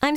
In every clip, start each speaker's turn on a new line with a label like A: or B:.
A: I'm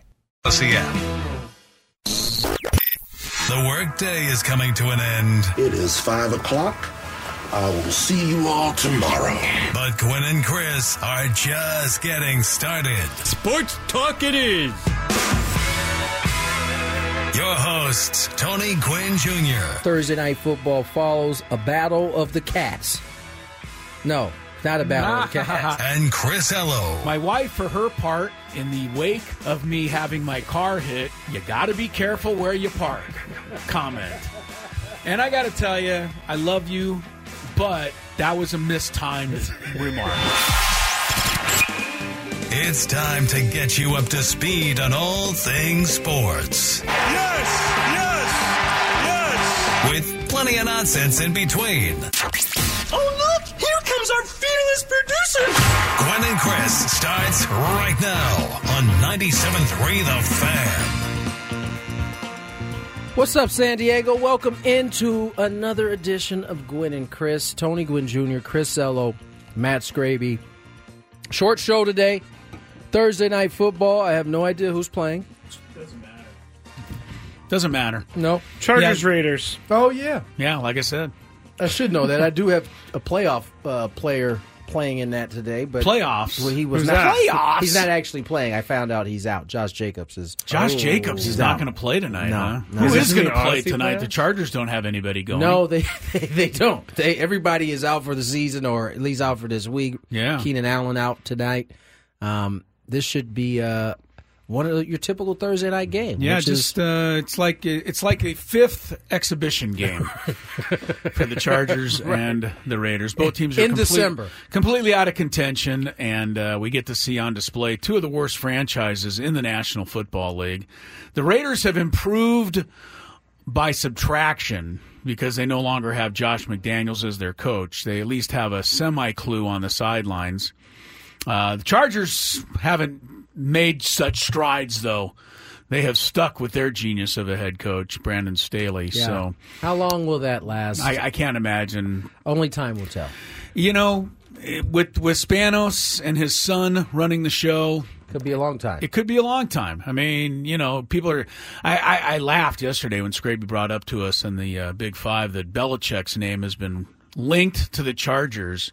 B: Odyssey app. The workday is coming to an end,
C: It is five o'clock. I will see you all tomorrow.
B: but Gwen and Chris are just getting started.
D: Sports talk it is.
B: Your hosts, Tony Quinn Jr.,
E: Thursday night football follows a battle of the cats. No, not a battle of the cats.
B: and Chris Ello.
D: My wife, for her part, in the wake of me having my car hit, you got to be careful where you park. Comment. And I got to tell you, I love you, but that was a mistimed remark.
B: It's time to get you up to speed on all things sports.
F: Yes, yes,
B: With plenty of nonsense in between,
F: yes. Oh, look, here comes our fearless producer.
B: Gwen and Chris starts right now on 97.3 The Fan.
E: What's up, San Diego? Welcome into another edition of Gwen and Chris. Tony Gwynn Jr., Chris Ello, Matt Scraby. Short show today. Thursday night football. I have no idea who's playing.
D: Doesn't matter.
E: No.
G: Chargers
D: Yeah.
G: Raiders.
E: Oh, yeah.
D: Yeah, like I said,
E: I should know that. I do have a playoff uh, player playing in that today, but
D: playoffs.
E: Well, he was
G: Who's
E: not
D: that? Playoffs?
E: He's not actually playing. I found out he's out. Josh Jacobs is.
D: Josh Jacobs is not
E: Oh, No.
D: going to play tonight.
E: No,
D: huh?
E: no.
D: Who
E: Is
D: is
G: this
D: going to
G: gonna
D: play
G: honestly
D: tonight?
G: play?
D: The Chargers don't have anybody going.
E: No, they, they they don't. They everybody is out for the season, or at least out for this week.
D: Yeah.
E: Keenan Allen out tonight. Um, this should be uh, one of your typical Thursday night game.
D: Yeah,
E: which
D: just
E: is,
D: uh, it's like it's like a fifth exhibition game for the Chargers and the Raiders. Both teams are
E: In
D: complete-
E: December.
D: completely out of contention, and uh, we get to see on display two of the worst franchises in the National Football League. The Raiders have improved by subtraction because they no longer have Josh McDaniels as their coach. They at least have a semi clue on the sidelines. Uh, the Chargers haven't made such strides, though. They have stuck with their genius of a head coach, Brandon Staley.
E: yeah.
D: So
E: how long will that last?
D: I, I can't imagine
E: Only time will tell.
D: you know, it- with with Spanos and his son running the show,
E: Could be a long time.
D: it could be a long time. I mean, you know, people are. I, I, I laughed yesterday when Scraby brought up to us in the uh, Big Five that Belichick's name has been linked to the Chargers.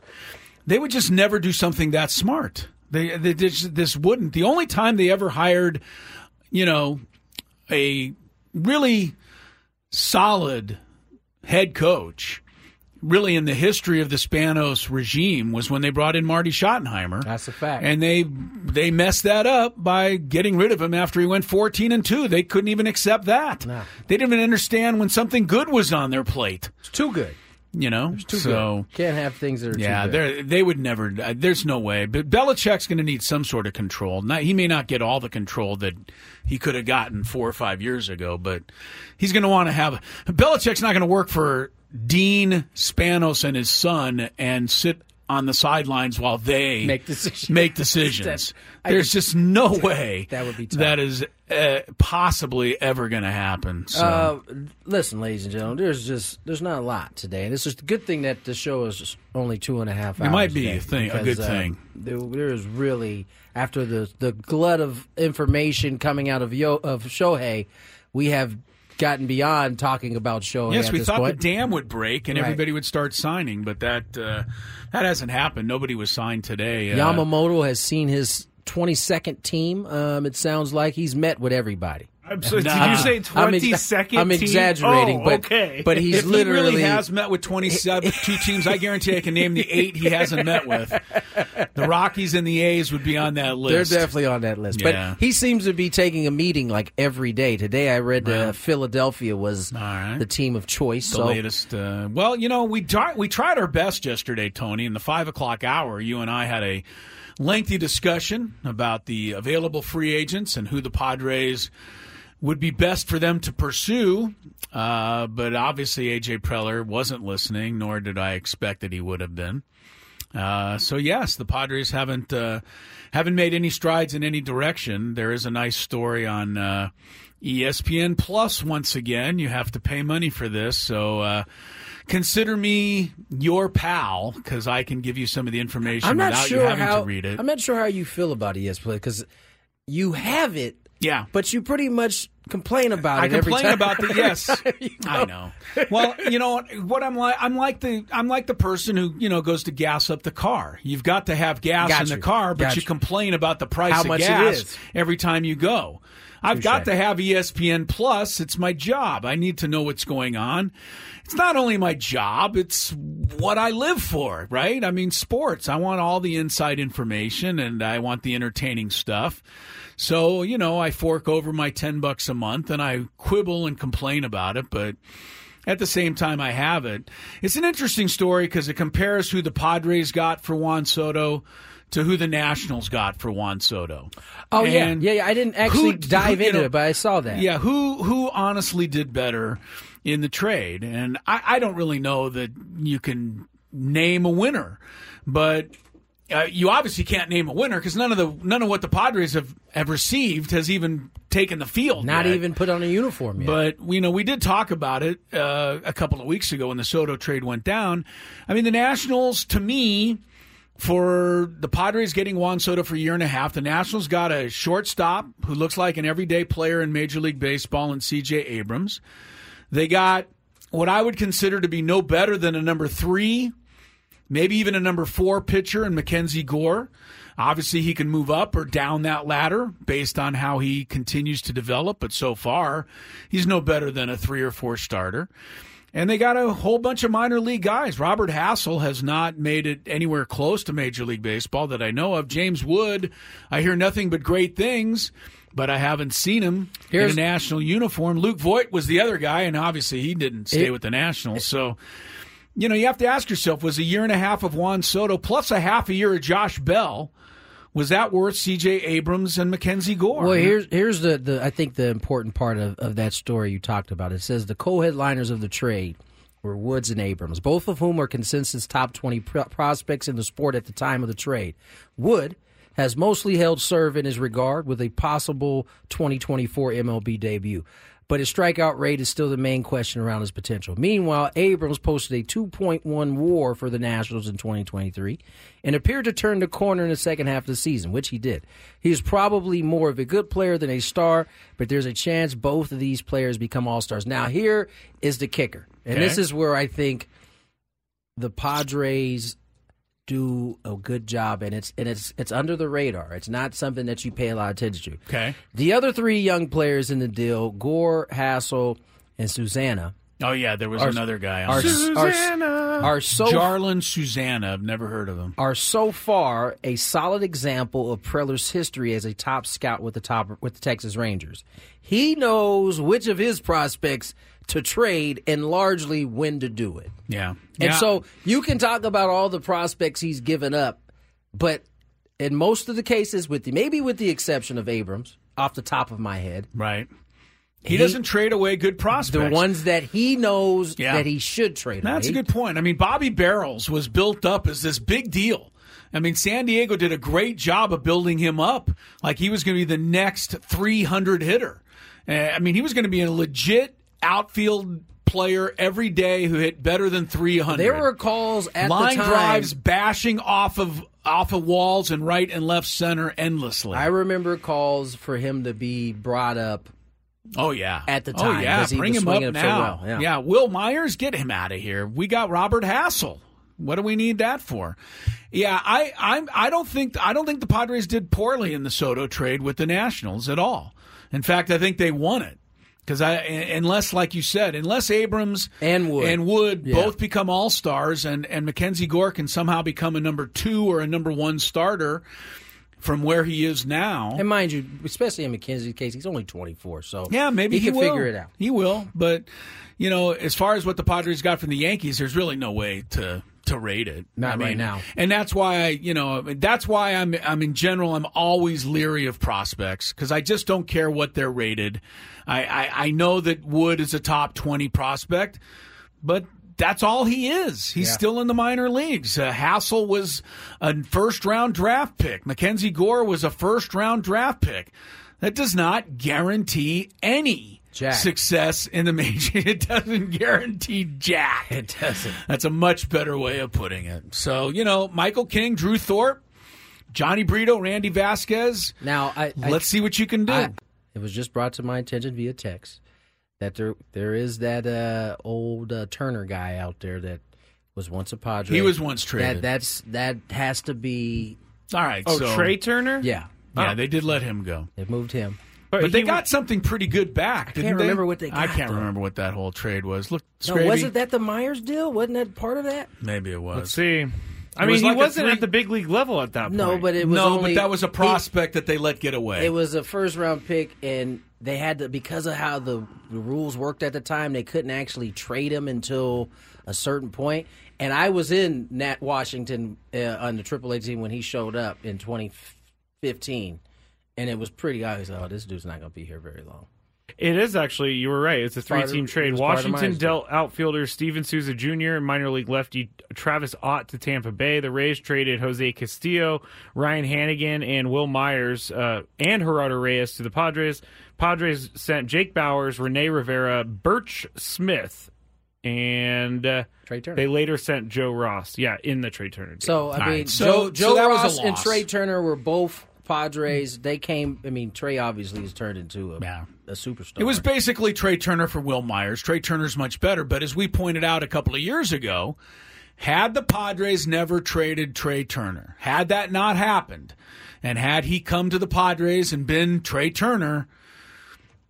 D: They would just never do something that smart. They, they just, this wouldn't. The only time they ever hired, you know, a really solid head coach. Really, in the history of the Spanos regime, was when they brought in Marty Schottenheimer.
E: That's a fact.
D: And they they messed that up by getting rid of him after he went 14 and 2. They couldn't even accept that.
E: No.
D: They didn't even understand when something good was on their plate,
E: It's too good.
D: you know?
E: It's too
D: so
E: good. Can't have things that are
D: yeah,
E: too good.
D: they they would never uh, there's no way. But Belichick's going to need some sort of control. Not, he may not get all the control that he could have gotten 4 or 5 years ago, but he's going to want to have Belichick's not going to work for Dean Spanos and his son and sit on the sidelines while they
E: Make decisions.
D: Make decisions.
E: I
D: There's just no way
E: That would be tough.
D: that is uh, possibly ever going to happen. So
E: Uh, listen, ladies and gentlemen, there's just there's not a lot today, and it's just a good thing that the show is only two and a half hours.
D: It might be
E: today,
D: a thing- a
E: because,
D: good
E: uh,
D: thing.
E: there, there is really after the the glut of information coming out of Yo, of Shohei, we have gotten beyond talking about Shohei.
D: yes,
E: at
D: we
E: this
D: thought
E: point.
D: the dam would break and
E: Right.
D: everybody would start signing, but that uh, that hasn't happened. Nobody was signed today. Uh,
E: Yamamoto has seen his 22nd team. Um, it sounds like he's met with everybody.
G: I'm so,
D: Nah.
G: Did you say
E: I'm ex-
G: 22nd?
E: I'm
G: team?
E: exaggerating,
G: Oh,
E: but-
G: okay.
E: but he- He's
D: if he
E: literally-
D: really has met with 27 two teams, I guarantee I can name the eight he hasn't met with. The Rockies and the A's would be on that list.
E: They're definitely on that list.
D: Yeah.
E: But he seems to be taking a meeting like every day. Today I read uh, Philadelphia was
D: right.
E: the team of choice.
D: the
E: so
D: latest. Uh, well, you know, we tri- we tried our best yesterday, Tony. In the five o'clock hour, you and I had a lengthy discussion about the available free agents and who the Padres would be best for them to pursue. Uh, but obviously, AJ Preller wasn't listening, nor did I expect that he would have been. Uh, so yes, the Padres haven't uh, haven't made any strides in any direction. There is a nice story on uh, ESPN Plus once again. You have to pay money for this, so uh, consider me your pal because I can give you some of the information
E: I'm not
D: without
E: sure
D: you having
E: how
D: to read it.
E: I'm not sure how you feel about E ESPN because you have it,
D: yeah,
E: but you pretty much complain about
D: I
E: it every
D: complain
E: time.
D: about the yes. I know. Well, you know what- what I'm like. I'm like the I'm like the person who you know goes to gas up the car. You've got to have gas
E: Got
D: in the
E: you.
D: car, but
E: Got
D: you
E: you.
D: complain about the price
E: How
D: of
E: much it
D: gas
E: is.
D: every time you go. I've got to have E ESPN Plus. It's my job. I need to know what's going on. It's not only my job, it's what I live for, right? I mean, sports. I want all the inside information and I want the entertaining stuff. So, you know, I fork over my 10 bucks a month and I quibble and complain about it, but at the same time I have it. It's an interesting story because it compares who the Padres got for Juan Soto to who the Nationals got for Juan Soto.
E: Oh yeah,
D: And
E: yeah, yeah. I didn't actually
D: who-
E: dive
D: who, you
E: into
D: know,
E: it, but I saw that.
D: Yeah, who who honestly did better in the trade? And I, I don't really know that you can name a winner, but uh, you obviously can't name a winner because none of the none of what the Padres have have received has even taken the field.
E: not
D: yet.
E: even put on a uniform yet.
D: But you know, we did talk about it uh, a couple of weeks ago when the Soto trade went down. I mean, the Nationals, to me, for the Padres getting Juan Soto for a year and a half, the Nationals got a shortstop who looks like an everyday player in Major League Baseball, and C.J. Abrams. They got what I would consider to be no better than a number three, maybe even a number four pitcher in Mackenzie Gore. Obviously, he can move up or down that ladder based on how he continues to develop, but so far, he's no better than a three or four starter. And they got a whole bunch of minor league guys. Robert Hassel has not made it anywhere close to Major League Baseball that I know of. James Wood, I hear nothing but great things, but I haven't seen him
E: Here's-
D: in a national uniform. Luke Voigt was the other guy, and obviously he didn't stay
E: It-
D: with the Nationals. So, you know, you have to ask yourself was a year and a half of Juan Soto plus a half a year of Josh Bell, was that worth CJ Abrams and Mackenzie Gore?
E: Well, here's here's the, the I think the important part of, of that story you talked about. It says the co-headliners of the trade were Woods and Abrams, both of whom are consensus top 20 pro- prospects in the sport at the time of the trade. Wood has mostly held serve in his regard with a possible 2024 MLB debut. But his strikeout rate is still the main question around his potential. Meanwhile, Abrams posted a 2.1 war for the Nationals in 2023 and appeared to turn the corner in the second half of the season, which he did. He is probably more of a good player than a star, but there's a chance both of these players become all stars. Now, here is the kicker. And
D: Okay.
E: this is where I think the Padres do a good job and it's and it's it's under the radar. It's not something that you pay a lot of attention to.
D: Okay.
E: The other three young players in the deal, Gore, Hassel, and Susanna,
D: Oh, yeah, there was another guy.
E: are,
D: On there.
E: are, are so
D: Jarlin Susanna. I've never heard of him.
E: are so far a solid example of Preller's history as a top scout with the top with the Texas Rangers. He knows which of his prospects to trade and largely when to do it.
D: Yeah.
E: And
D: Yeah.
E: so you can talk about all the prospects he's given up, but in most of the cases, with the, maybe with the exception of Abrams, off the top of my head,
D: Right. He, doesn't trade away good prospects.
E: the ones that he knows
D: Yeah.
E: that he should trade.
D: That's a
E: away.
D: good point. I mean, Bobby Barrels was built up as this big deal. I mean, San Diego did a great job of building him up like he was going to be the next 300 hitter. Uh, I mean, he was going to be a legit outfield player every day who hit better than 300.
E: There were calls at
D: line
E: the time.
D: drives bashing off of off of walls and right and left center endlessly.
E: I remember calls for him to be brought up.
D: Oh yeah,
E: at the
D: Oh
E: time,
D: yeah,
E: 'cause he
D: bring
E: was
D: him up
E: swinging it so
D: now.
E: well, yeah.
D: Will Myers, get him out of here. We got Robert Hassel. What do we need that for? Yeah, I I'm I don't think I don't think the Padres did poorly in the Soto trade with the Nationals at all. In fact, I think they won it. Because I, unless, like you said, unless Abrams
E: And Wood.
D: and Wood
E: Yeah.
D: both become all stars, and and Mackenzie Gore can somehow become a number two or a number one starter from where he is now.
E: And mind you, especially in McKenzie's case, he's only 24, so
D: Yeah, maybe he,
E: he, can
D: will.
E: figure it out.
D: He will, but you know, as far as what the Padres got from the Yankees, there's really no way to to rate it.
E: Not right now.
D: and that's why I, you know, that's why I'm I'm in general I'm always leery of prospects because I just don't care what they're rated. I, I I know that Wood is a top twenty prospect, but. That's all he is. He's still in the minor leagues. Uh, Hassel was a first round draft pick. Mackenzie Gore was a first round draft pick. That does not guarantee any
E: Jack.
D: success in the major. It doesn't guarantee jack.
E: It doesn't.
D: That's a much better way of putting it. So, you know, Michael King, Drew Thorpe, Johnny Brito, Randy Vasquez.
E: Now, I, I-
D: Let's see what you can do.
E: I- it was just brought to my attention via text that there there is that uh, old uh, Turner guy out there that was once a Padre.
D: He was once
E: That,
D: traded.
E: that's that has to be
D: All right.
G: Oh,
D: so,
G: Trey Turner?
E: yeah. Oh.
D: Yeah, they did let him go.
E: They moved him.
D: But they
G: he
D: got something pretty good back. Didn't
E: can't
D: they?
E: remember what they
D: I
E: got,
D: can't
E: though.
D: remember what that whole trade was. Look,
E: No,
D: Scravy,
E: wasn't that the Myers deal? Wasn't that part of that?
D: Maybe it
G: Let's
D: was.
G: see. I
D: It
G: mean,
D: was
G: he
D: like a
G: wasn't
D: three-
G: at the big league level at that point.
E: No, but it was
D: no,
E: only-
D: but that was a
E: he-
D: prospect that they let get away.
E: It was a first round pick, and they had to because of how the, the rules worked at the time. They couldn't actually trade him until a certain point. And I was in Nat Washington uh, on the AAA team when he showed up in 2015, and it was pretty obvious. Oh, this dude's not going to be here very long.
G: It is actually. You were right. It's a
E: part of-
G: three-team
E: it
G: trade.
E: was part of
G: Washington
E: mine's
G: dealt outfielder Steven Souza Jr. and minor league lefty Travis Ott to Tampa Bay. The Rays traded Jose Castillo, Ryan Hannigan, and Will Myers uh, and Gerardo Reyes to the Padres. Padres sent Jake Bowers, Rene Rivera, Birch Smith, and uh,
E: Trey Turner.
G: They later sent Joe Ross. Yeah, in the trade Turner. Deal.
E: So I
D: All
E: mean,
D: right.
E: Joe,
D: So-
E: Joe
D: so that was a
E: Ross and
D: loss.
E: Trey Turner were both Padres. They came. I mean, Trey obviously has turned into a,
D: Yeah.
E: a superstar.
D: It was basically Trey Turner for Will Myers. Trey Turner's much better, but as we pointed out a couple of years ago, had the Padres never traded Trey Turner, had that not happened, and had he come to the Padres and been Trey Turner,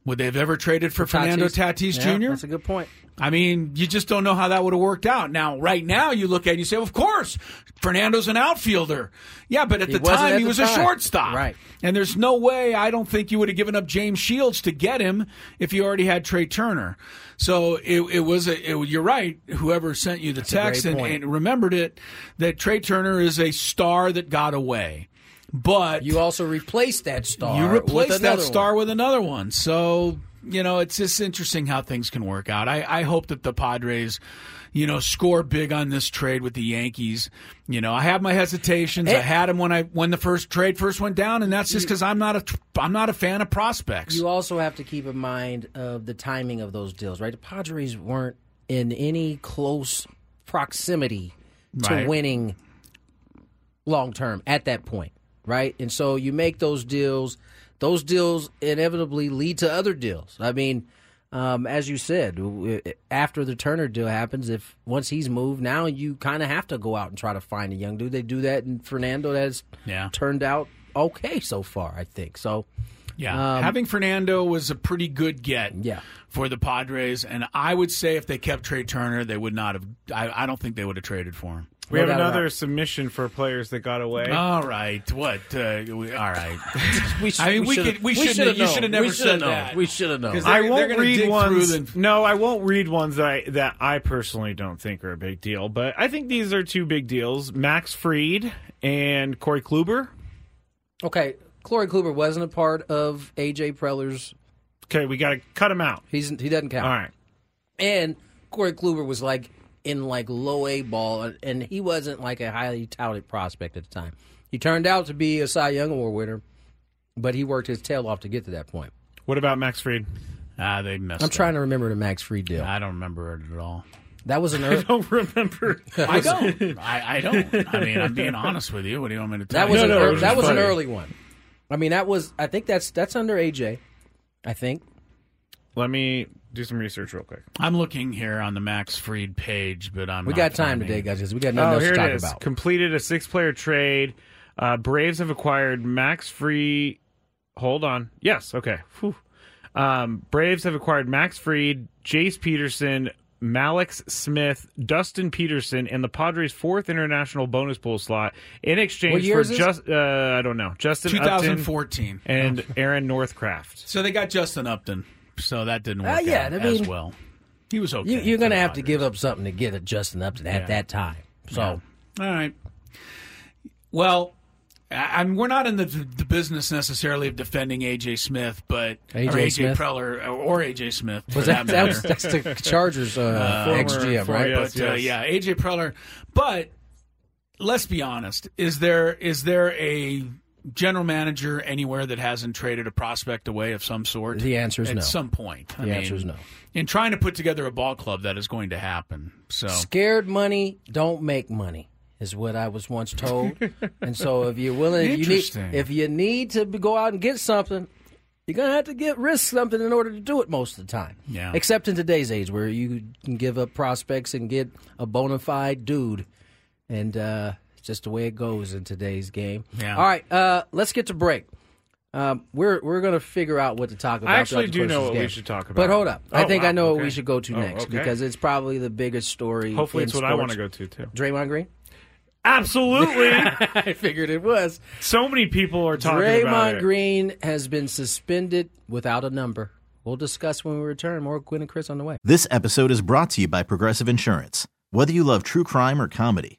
D: would they have ever traded for, Fernando Tatis
E: Yeah,
D: Jr.?
E: That's a good point.
D: I mean, you just don't know how that would have worked out. Now, right now, you look at it and you say, of course, Fernando's an outfielder. Yeah, but at
E: He
D: the
E: wasn't
D: time,
E: at
D: he
E: the
D: was a
E: time.
D: shortstop.
E: Right.
D: And there's no way, I don't think you would have given up James Shields to get him if you already had Trey Turner. So it, it was, a, it, you're right, whoever sent you the text
E: great
D: and,
E: point.
D: and remembered it, that Trey Turner is a star that got away. But
E: You also replaced that star.
D: you
E: with
D: replace that
E: another
D: star
E: one.
D: with another one. So, you know, it's just interesting how things can work out. I, I hope that the Padres, you know, score big on this trade with the Yankees. You know, I have my hesitations. I
E: And-
D: had them when I when the first trade first went down, and that's just because I'm not a I'm not a fan of prospects.
E: You also have to keep in mind of the timing of those deals, right? The Padres weren't in any close proximity to
D: Right.
E: winning long term at that point, right? And so you make those deals; those deals inevitably lead to other deals. I mean, um, as you said, w- after the Turner deal happens, if once he's moved, now you kind of have to go out and try to find a young dude. They do that in Fernando. That's
D: Yeah.
E: turned out okay so far, I think. So. um,
D: Yeah, having Fernando was a pretty good get.
E: Yeah.
D: for the Padres, and I would say if they kept Trey Turner, they would not have. I, I don't think they would have traded for him.
G: we
E: No
G: have
E: doubt about
G: another
E: it.
G: submission for players that got away.
D: All right, what? Uh, we, all right.
E: We
D: I mean, we
E: should've-
D: could- we shouldn't-
E: should've
D: you shoulda
E: known.
D: never
E: We shoulda
D: said
E: known.
D: that.
E: We should have known.
D: 'Cause they're-
G: I
D: they're
G: won't
D: gonna dig
G: read
D: through
G: ones.
D: and-
G: No, I won't read ones that I that I personally don't think are a big deal. But I think these are two big deals: Max Freed and Corey Kluber.
E: Okay, Corey Kluber wasn't a part of AJ Preller's.
G: Okay, we got to cut him out.
E: He's he doesn't count.
G: All right.
E: And Corey Kluber was like in like low A ball, and he wasn't like a highly touted prospect at the time. He turned out to be a Cy Young Award winner, but he worked his tail off to get to that point.
G: What about Max Freed?
D: Ah, they messed.
E: I'm trying to remember the Max Free deal.
D: I don't remember it at all.
E: That was an early,
G: Don't remember.
D: I don't. I, I don't. I mean, I'm being honest with you. What do you want me to tell
E: that was
D: you?
E: an
G: no, it
E: ear-
G: was
E: that was an
G: funny.
E: early one. I mean, that was I think that's that's under AJ. I think
G: Let me do some research real quick.
D: I'm looking here on the Max Freed page, but I'm
E: We
D: not
E: got time
D: finding
E: today,
D: it.
E: guys, because we got nothing
G: oh,
E: else
G: here
E: to talk
G: it is.
E: about.
G: Completed a six-player trade. Uh, Braves have acquired Max Free. Hold on. Yes. Okay. Whew. Um, Braves have acquired Max Freed, Jace Peterson, Malix Smith, Dustin Peterson, and the Padres' fourth international bonus pool slot in
D: What
G: exchange
D: year
G: for
D: is this?
G: just uh, I don't know Justin Upton
D: 2014.
G: and Aaron Northcraft.
D: So they got Justin Upton. So that didn't
E: Ah,
D: work
E: yeah,
D: out
E: I
D: as
E: mean,
D: well. He was okay.
E: You, you're going to have to give up something to get a Justin Upton at that time. So
D: All right. Well, I, I'm, we're not in the, the business necessarily of defending AJ Smith, but
E: A.J.
D: or AJ
E: Smith?
D: Preller or, or AJ Smith. for
E: was that, that was,
D: matter.
E: that's the Chargers uh,
D: Former-
E: ex-GM,
D: former-
E: right?
D: But uh, yeah, AJ Preller. But let's be honest: is there is there a general manager anywhere that hasn't traded a prospect away of some sort?
E: The answer is
D: at
E: no.
D: some point.
E: The answer is no.
D: In trying to put together a ball club, that is going to happen. So
E: Scared money don't make money is what I was once told. and so if you're willing, if you
D: Interesting.
E: need if you need to be- go out and get something, you're gonna have to get risk something in order to do it most of the time.
D: Yeah.
E: Except in today's age where you can give up prospects and get a bona fide dude, and uh, it's just the way it goes in today's game.
G: Yeah.
E: All right, uh, let's get to break. Um, we're we're gonna figure out what to talk about.
G: I actually
E: throughout the
G: do
E: course
G: know
E: of this
G: what we
E: game.
G: should talk
E: But
G: about.
E: hold up, I
G: Oh,
E: think I
G: wow,
E: know what
G: okay.
E: we should go to
G: Oh,
E: next
G: okay.
E: because it's probably the biggest story.
G: Hopefully,
E: in
G: it's what I want to
E: sports.
G: go to too.
E: Draymond Green.
G: Absolutely.
E: I figured it was.
G: So many people are talking about
E: Draymond
G: it.
E: Green has been suspended without a number. We'll discuss when we return. More Gwen and Chris on the way.
H: This episode is brought to you by Progressive Insurance. Whether you love true crime or comedy,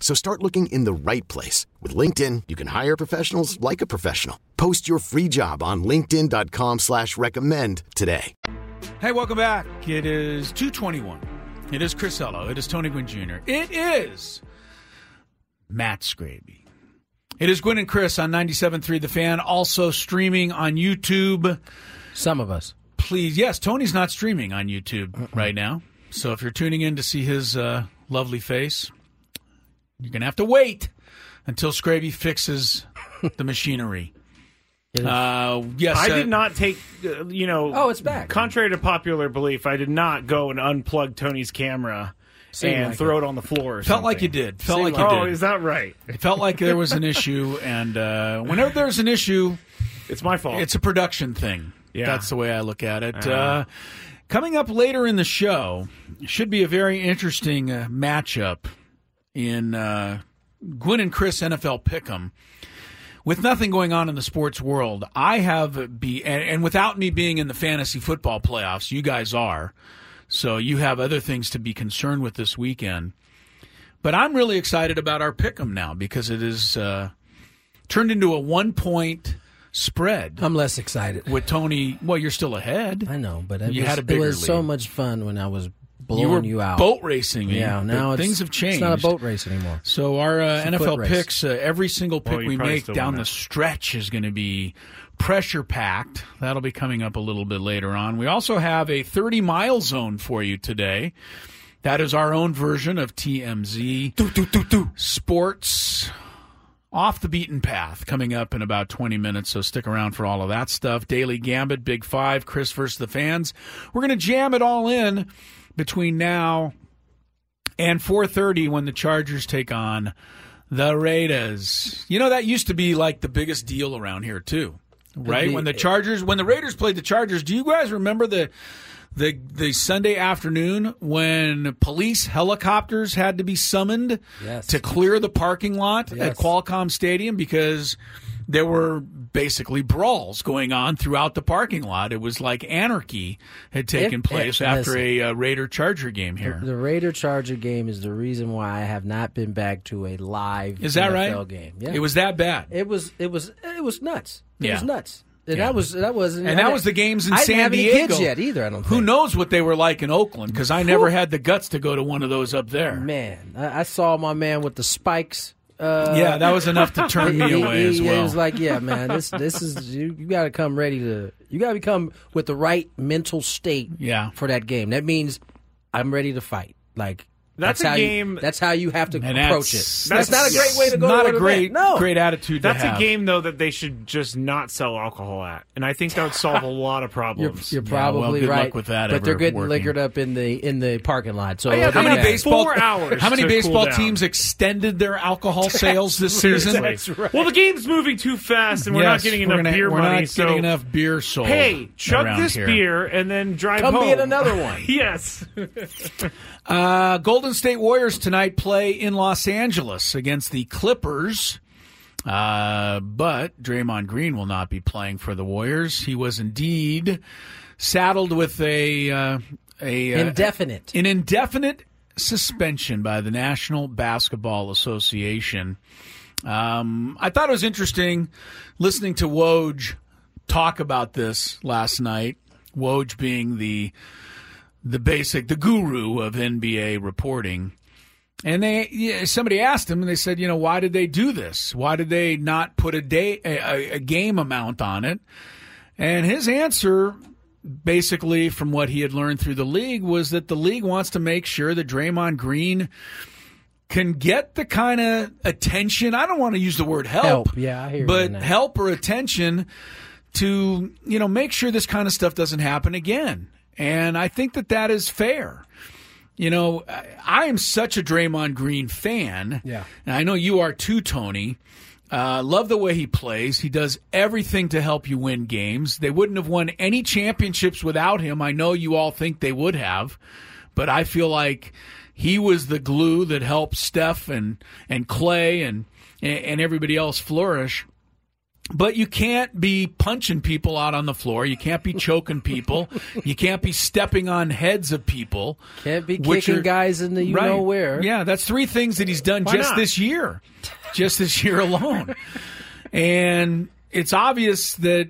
I: So start looking in the right place. With LinkedIn, you can hire professionals like a professional. Post your free job on linkedin.com slash recommend today.
D: Hey, welcome back. It is 221. It is Chris Ello. It is Tony Gwynn Jr. It is Matt Scraby. It is Gwynn and Chris on 97.3 The Fan, also streaming on YouTube.
E: Some of us.
D: Please, yes, Tony's not streaming on YouTube right now. So if you're tuning in to see his uh, lovely face, you're going to have to wait until Scraby fixes the machinery. Uh, yes,
G: I
D: uh,
G: did not take, uh, you know.
D: Oh, it's back.
G: Contrary to popular belief, I did not go and unplug Tony's camera
D: Seemed
G: and
D: like
G: throw
D: it.
G: it. on the floor. Or
D: Felt like you
G: something.
D: did. Felt like you
G: oh,
D: did.
G: is that right?
D: It felt like there was an issue, and uh, whenever there's an issue,
G: it's my fault.
D: It's a production thing.
G: Yeah.
D: that's the way I look at it.
G: Uh.
D: Uh, coming up later in the show should be a very interesting uh, matchup in uh, Gwen and Chris NFL Pick'em. With nothing going on in the sports world, I have be and, and without me being in the fantasy football playoffs, you guys are. So you have other things to be concerned with this weekend. But I'm really excited about our pick'em now because it is uh, turned into a one point spread.
E: I'm less excited
D: with Tony. Well, you're still ahead. I
E: know, but it
D: you
E: was,
D: had a
E: It
D: bigger
E: was so
D: lead.
E: much fun when I was blowing
D: You
E: you,
D: were
E: out.
D: boat racing me,
E: Yeah,
D: but
E: now it's-
D: things have
E: It's not a
D: changed.
E: boat race anymore.
D: So our uh,
E: It's a foot
D: NFL
E: race.
D: picks, uh, every single pick
E: Well, you
D: we
E: probably
D: make
E: still
D: down
E: win
D: the
E: that.
D: stretch is going to be pressure packed. That'll be coming up a little bit later on. We also have a 30 mile zone for you today. That is our own version of TMZ sports off the beaten path coming up in about 20 minutes. So stick around for all of that stuff. Daily Gambit, Big Five, Chris versus the fans. We're going to jam it all in between now and 4:30 when the Chargers take on the Raiders. You know that used to be like the biggest deal around here too, right?
J: The-
D: when the Chargers, when the Raiders played the Chargers, do you guys remember the the the Sunday afternoon when police helicopters had to be summoned
E: Yes.
D: to clear the parking lot at
E: Yes.
D: Qualcomm Stadium because there were basically brawls going on throughout the parking lot. It was like anarchy had taken
E: If-
D: place
E: if-
D: after
E: listen.
D: a uh, Raider Charger game here.
E: The Raider Charger game is the reason why I have not been back to a live
D: Is that
E: NFL
D: right?
E: game.
D: It was that bad.
E: It was it was it was nuts. It
D: Yeah.
E: was nuts. And
D: Yeah.
E: that was that wasn't
D: And
E: I
D: that
E: didn't-
D: was the games in
E: I didn't
D: San
E: have any
D: Diego.
E: kids yet either. I don't
D: Who knows what they were like in Oakland? Because I never had the guts to go to one of those up there.
E: Man, I, I saw my man with the spikes. Uh,
D: Yeah, that was enough to turn me
E: he-
D: away as
E: he- It
D: well.
E: was like, yeah, man, this this is you, you got to come ready to you got to come with the right mental state.
D: Yeah.
E: for that game, that means I'm ready to fight. Like
G: That's a
E: how
G: game-
E: You, that's how you have to
G: And
E: approach
G: that's-
E: it. That's, not a great way to go.
D: Not
E: to
D: a
E: an
D: great-
E: event. no
D: great attitude to
G: That's
D: have.
G: a game though that they should just not sell alcohol at, and I think that would solve a lot of problems.
E: You're probably
D: good luck
E: right.
D: with that
E: but they're
D: ever
E: getting
D: working.
E: liquored up in the in the parking lot. So
D: Oh, yeah,
E: it
D: how
E: ain't
D: many
E: bad.
D: baseball How many baseball teams extended their alcohol sales this season?
G: Well, the game's moving too fast, and we're
D: Yes,
G: not getting
D: we're
G: enough
D: gonna-
G: beer
D: we're
G: money.
D: not
G: so
D: getting enough beer sold.
G: Hey, chug
D: around
G: this
D: here.
G: beer and then drive
D: Come
G: home.
D: get another one.
G: yes.
D: Uh, Golden State Warriors tonight play in Los Angeles against the Clippers. Uh, but Draymond Green will not be playing for the Warriors. He was indeed saddled with a uh, a uh,
E: Indefinite.
D: an indefinite suspension by the National Basketball Association. Um, I thought it was interesting listening to Woj talk about this last night. Woj being the the basic the guru of NBA reporting. And they yeah, somebody asked him, and they said, you know, why did they do this? Why did they not put a day a, a- a game amount on it? And his answer, basically from what he had learned through the league, was that the league wants to make sure that Draymond Green can get the kind of attention. I don't want to use the word help,
E: Help, yeah, I hear you
D: but
E: on that.
D: help or attention to you know make sure this kind of stuff doesn't happen again. And I think that that is fair. You know, I I am such a Draymond Green fan.
E: Yeah.
D: And I know you are too, Tony. Uh, love the way he plays. He does everything to help you win games. They wouldn't have won any championships without him. I know you all think they would have, but I feel like he was the glue that helped Steph and, and Clay and, and everybody else flourish. But you can't be punching people out on the floor. You can't be choking people. you can't be stepping on heads of people.
E: Can't be
D: which
E: kicking
D: are-
E: guys in the you
D: Right.
E: know where.
D: Yeah, that's three things that he's done
E: Why
D: just
E: not?
D: this year, just this year alone. and it's obvious that.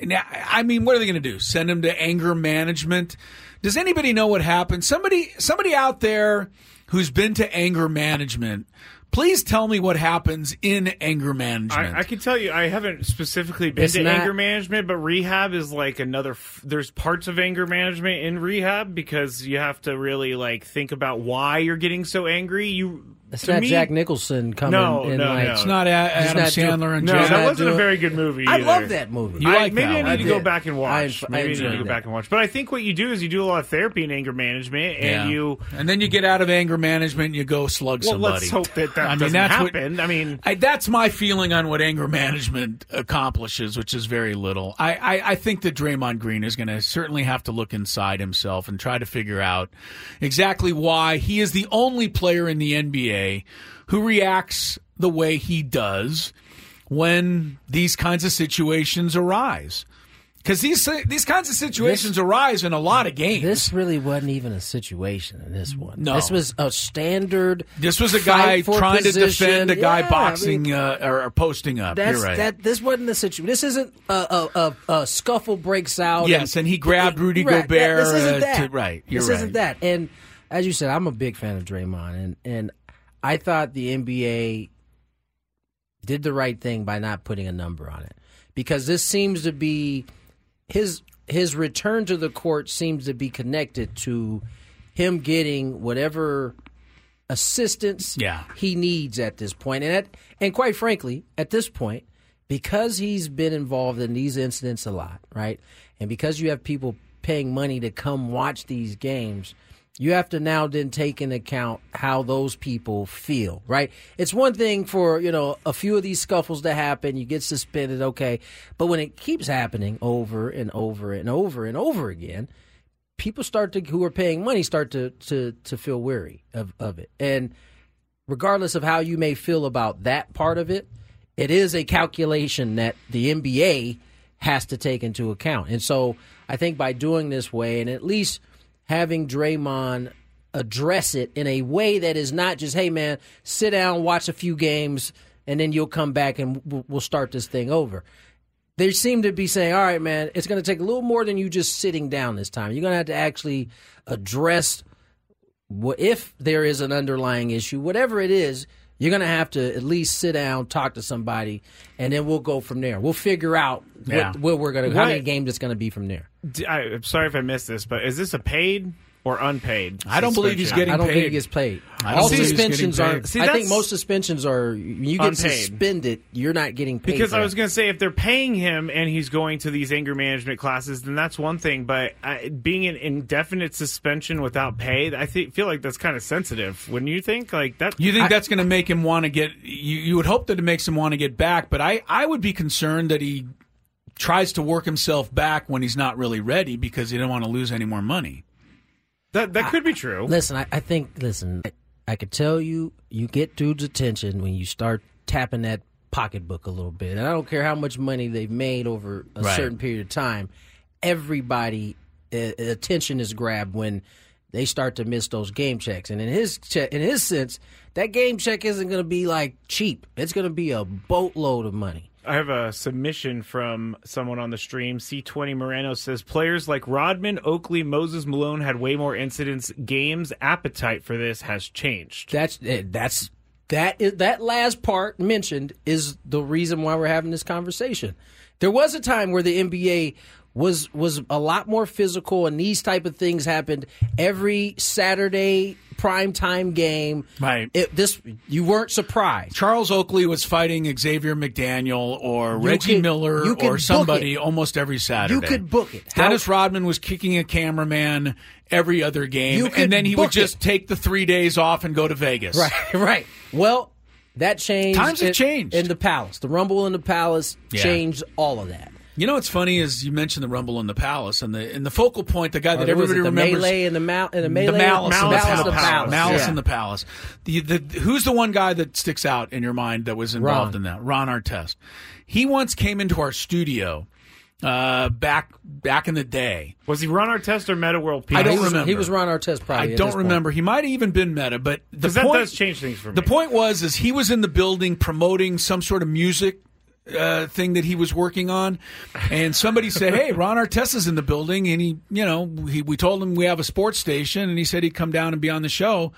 D: Now, I mean, what are they going to do? Send him to anger management? Does anybody know what happened? Somebody, somebody out there who's been to anger management, please tell me what happens in anger management.
G: I, I can tell you, I haven't specifically been
D: It's
G: to
D: not-
G: anger management, but rehab is like another. F- there's parts of anger management in rehab because you have to really like think about why you're getting so angry. You,
E: It's
G: to
E: not
G: me-
E: Jack Nicholson coming
G: No,
E: in
G: no,
E: like
G: no. It's not A-
E: He's
G: Adam
E: doing-
G: Sandler and No, Jack- that
E: he's not
G: wasn't a
E: doing-
G: very good movie
E: I
G: either.
E: love that movie.
G: I- maybe I need to go
E: did.
G: back and watch.
E: I- I
G: maybe I need to
E: enjoyed
G: go
E: that.
G: back and watch. But I think what you do is you do a lot of therapy in anger management, and
D: Yeah.
G: you
D: and then you get out of anger management and you go slug
G: Well,
D: somebody.
G: let's hope that that
D: I mean,
G: doesn't
D: that's what-
G: happen. I mean,
D: I, that's my feeling on what anger management accomplishes, which is very little. I, I, I think that Draymond Green is going to certainly have to look inside himself and try to figure out exactly why he is the only player in the NBA who reacts the way he does when these kinds of situations arise. Because these these kinds of situations arise in a lot of games.
E: This really wasn't even a situation in this one.
D: No.
E: This was a standard.
D: This was a guy
E: fight for
D: trying to
E: position.
D: defend a guy
E: Yeah, I
D: boxing
E: mean,
D: uh, or, or posting up.
E: that's
D: You're right.
E: that. This wasn't the situation. This isn't a, a, a, a scuffle breaks out.
D: yes, and he grabbed Rudy
E: Right,
D: Gobert.
E: yeah, this isn't
D: uh,
E: that.
D: to- right. You're
E: this
D: right.
E: isn't that. And as you said, I'm a big fan of Draymond, and and I thought the NBA did the right thing by not putting a number on it because this seems to be his his return to the court seems to be connected to him getting whatever assistance
D: Yeah.
E: he needs at this point. And, at, and quite frankly, at this point, because he's been involved in these incidents a lot, right? And because you have people paying money to come watch these games, you have to now then take into account how those people feel, right? It's one thing for, you know, a few of these scuffles to happen, you get suspended, okay. But when it keeps happening over and over and over and over again, people start to who are paying money start to to to feel weary of of it and regardless of how you may feel about that part of it it is a calculation that the NBA has to take into account and so I think by doing this way and at least having Draymond address it in a way that is not just hey man sit down watch a few games and then you'll come back and we'll- we'll start this thing over they seem to be saying, all right, man, it's going to take a little more than you just sitting down this time. You're going to have to actually address what, if there is an underlying issue, whatever it is, you're going to have to at least sit down, talk to somebody, and then we'll go from there. We'll figure out what,
G: Yeah.
E: what we're going to, how
G: What-
E: many games it's going to be from there.
G: D- I, am sorry if I missed this, but is this a paid or unpaid?
D: I don't believe he's
G: suspension?
D: getting
E: I don't
D: paid.
E: think he gets paid.
D: I don't
E: All
D: think he's getting
E: suspensions
D: paid.
E: are.
G: See,
E: I think
G: that's-
E: most suspensions are. You get
G: Unpaid.
E: suspended, you're not getting paid.
G: Because
E: for
G: I
E: that.
G: was going to say, if they're paying him and he's going to these anger management classes, then that's one thing. But I, being an indefinite suspension without pay, I think feel like that's kind of sensitive. Wouldn't you think? Like that?
D: You think
G: I-
D: that's going to make him want to get? You, you would hope that it makes him want to get back, but I, I would be concerned that he tries to work himself back when he's not really ready because he don't want to lose any more money.
G: that that could be true.
E: Listen, I, I think. Listen, I, I could tell you, you get dude's attention when you start tapping that pocketbook a little bit, and I don't care how much money they've made over a
D: Right.
E: certain period of time. Everybody uh, attention is grabbed when they start to miss those game checks, and in his che- in his sense, that game check isn't going to be like cheap. It's going to be a boatload of money.
G: I have a submission from someone on the stream. C20 Moreno says players like Rodman, Oakley, Moses Malone had way more incidents. Games appetite for this has changed.
E: That's eh, that's that is that last part mentioned is the reason why we're having this conversation. There was a time where the NBA was was a lot more physical and these type of things happened every Saturday prime time game.
D: Right.
E: It, this you weren't surprised.
D: Charles Oakley was fighting Xavier McDaniel or
E: You
D: Reggie
E: could-
D: Miller
E: you could
D: or
E: book
D: somebody
E: it.
D: almost every Saturday.
E: You could book it. How-
D: Dennis Rodman was kicking a cameraman every other
E: You
D: game,
E: could
D: and then he would
E: book it.
D: just take the three days off and go to Vegas.
E: Right, right. Well, that changed.
D: Times have
E: in-
D: changed.
E: in the palace. The rumble in the palace
D: Yeah.
E: changed all of that.
D: You know what's funny is you mentioned the Rumble in the Palace and the and the focal point, the guy that
E: Or was it
D: Uh, everybody
E: the
D: remembers,
E: melee and the mal- and the melee-
D: malice, in
E: Malice
D: the
E: in the
D: palace,
E: Palace.
D: malice
E: Yeah.
D: in the palace. The, the who's the one guy that sticks out in your mind that was involved
E: Ron.
D: in that? Ron Artest. He once came into our studio uh, back back in the day.
G: Was he Ron Artest or Meta World Peace?
D: I don't
E: he was,
D: remember.
E: He was Ron Artest probably.
D: I
E: at
D: don't
E: this point.
D: remember. He might have even been meta, but the
G: Because that
D: point
G: does change things for me.
D: the point was, is he was in the building promoting some sort of music uh, thing that he was working on, and somebody said, "Hey, Ron Artesta's in the building," and he, you know, he, we told him we have a sports station, and he said he'd come down and be on the show.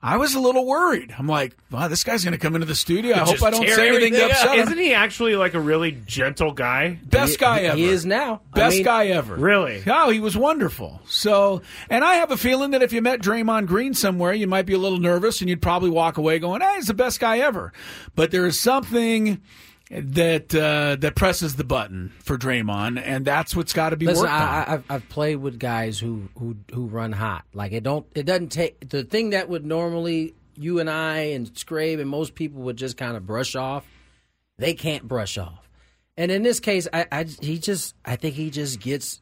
D: I was a little worried. I'm like, wow, this guy's going to come into the studio. I hope I don't say anything to upset him.
G: Isn't he actually like a really gentle guy?
D: Best guy
E: He-
D: ever.
E: He is now. I
D: Best
E: mean,
D: guy ever.
G: Really?
D: Oh, he was wonderful. So, and I have a feeling that if you met Draymond Green somewhere, you might be a little nervous and you'd probably walk away going, hey, he's the best guy ever. But there is something that uh, that presses the button for Draymond, and that's what's got to be
E: Listen,
D: worked on.
E: I, I, I've, I've played with guys who, who who run hot. Like it don't it doesn't take the thing that would normally you and I and Scrabe and most people would just kind of brush off. They can't brush off, and in this case, I, I he just I think he just gets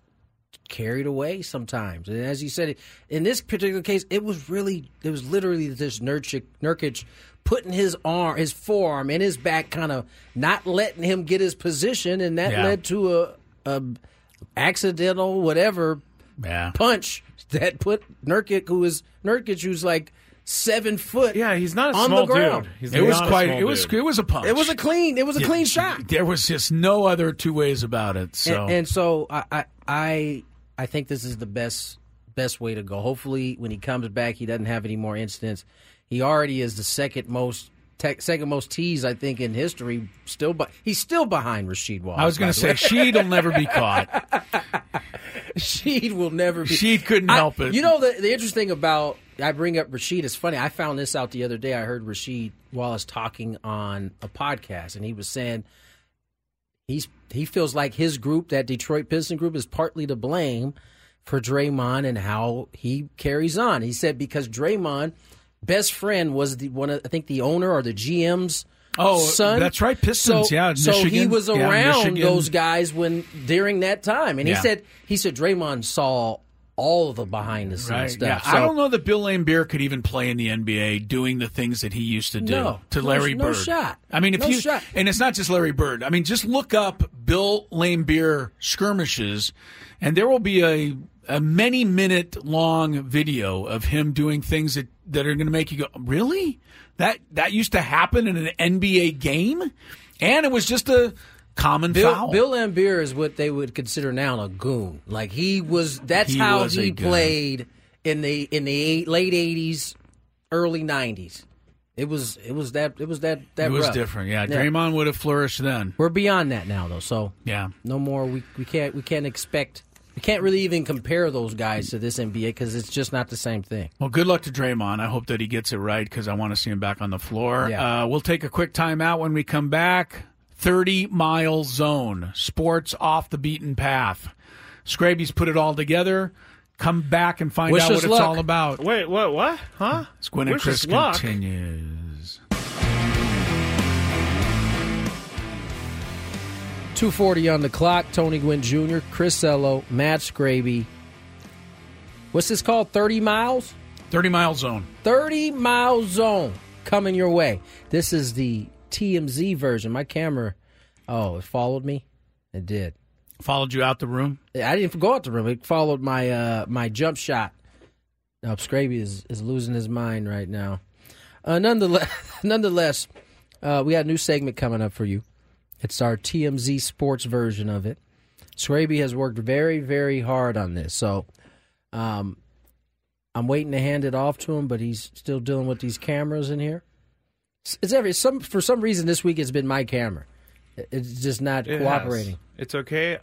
E: carried away sometimes. And as you said, in this particular case, it was really, it was literally this Nurkic, Nurkic putting his arm, his forearm in his back, kind of not letting him get his position, and that
D: Yeah.
E: led to a, a accidental whatever
D: yeah.
E: punch that put Nurkic, who is Nurkic, who's like seven foot.
G: Yeah, he's not a
E: on
G: small
E: the ground.
G: dude. He's
D: It was
G: not a
D: quite.
G: small
D: It was.
G: dude.
D: It was a punch.
E: It was a clean. It was a
D: Yeah,
E: clean shot.
D: There was just no other two ways about it. So,
E: and, and so I, I I I think this is the best best way to go. Hopefully, when he comes back, he doesn't have any more incidents. He already is the second most tech, second most teased I think in history. Still, but he's still behind Rasheed Wallace.
D: I was going to
E: by the
D: say,
E: way.
D: she'll never be caught.
E: Sheed will never be.
D: Sheed couldn't
E: I-
D: help it.
E: You know the the interesting about I bring up Rashid. It's funny. I found this out the other day. I heard Rashid Wallace talking on a podcast, and he was saying he's he feels like his group, that Detroit Piston group, is partly to blame for Draymond and how he carries on. He said because Draymond, best friend, was the one. Of, I think the owner or the GM's.
D: Oh,
E: son.
D: that's right, Pistons,
E: So,
D: yeah,
E: so he
D: Michigan,
E: was
D: yeah,
E: around
D: Michigan.
E: those guys when during that time, and he
D: Yeah.
E: said he said Draymond saw all of the behind the scenes
D: Right.
E: stuff.
D: Yeah.
E: So-
D: I don't know that Bill Laimbeer could even play in the NBA doing the things that he used to do
E: No.
D: to
E: No-
D: Larry
E: no
D: Bird.
E: shot.
D: I mean, if
E: No
D: you
E: shot.
D: and it's not just Larry Bird. I mean, just look up Bill Laimbeer skirmishes, and there will be a a many minute long video of him doing things that that are going to make you go, really? That that used to happen in an NBA game, and it was just a common
E: Bill,
D: foul.
E: Bill Lambier is what they would consider now a goon. Like he was. That's
D: He
E: how
D: was a
E: he
D: goon.
E: played in the in the eight, late eighties, early nineties. It was it was that it was that that
D: it was
E: rough.
D: different. Yeah, Draymond would have flourished then.
E: We're beyond that now, though. So
D: Yeah.
E: no more. We we can't we can't expect. We can't really even compare those guys to this NBA because it's just not the same thing.
D: Well, good luck to Draymond. I hope that he gets it right because I want to see him back on the floor.
E: Yeah.
D: Uh, we'll take a quick timeout when we come back. 30 mile zone, sports off the beaten path. Scraby's put it all together. Come back and find
G: Wish
D: out what
G: us
D: it's
G: luck.
D: all about.
G: Wait, what? What? Huh?
D: It's Gwen and
G: Wish
D: Chris
G: us luck.
D: continues.
E: 240 on the clock. Tony Gwynn Jr., Chris Ello, Matt Scraby. What's this called? 30 miles?
D: 30 mile zone.
E: 30 mile zone coming your way. This is the TMZ version. My camera, oh, it followed me? It did.
D: Followed you out the room?
E: I didn't go out the room. It followed my uh, my jump shot. Now, Scraby is, is losing his mind right now. Uh, nonetheless, nonetheless uh, we got a new segment coming up for you. It's our TMZ sports version of it. Scraby has worked very, very hard on this. So um, I'm waiting to hand it off to him, but he's still dealing with these cameras in here. It's, it's every some for some reason this week it's been my camera. It- It's just not
G: It has.
E: cooperating.
G: It's okay.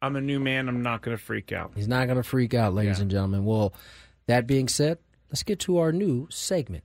G: I'm a new man. I'm not going to freak out.
E: He's not going to freak out, ladies and gentlemen. Well, that being said, let's get to our new segment.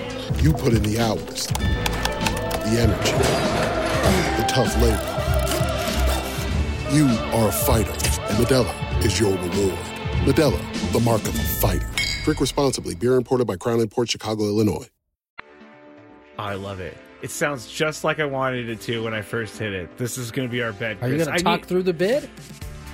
C: You put in the hours, the energy, the tough labor. You are a fighter, and Medella is your reward. Medella, the mark of a fighter. Drink responsibly, beer imported by Crown Port Chicago, Illinois.
G: I love it. It sounds just like I wanted it to when I first hit it. This is going to be our bed.
E: Are
G: Chris.
E: you going
G: I
E: to talk
G: need-
E: through the bid?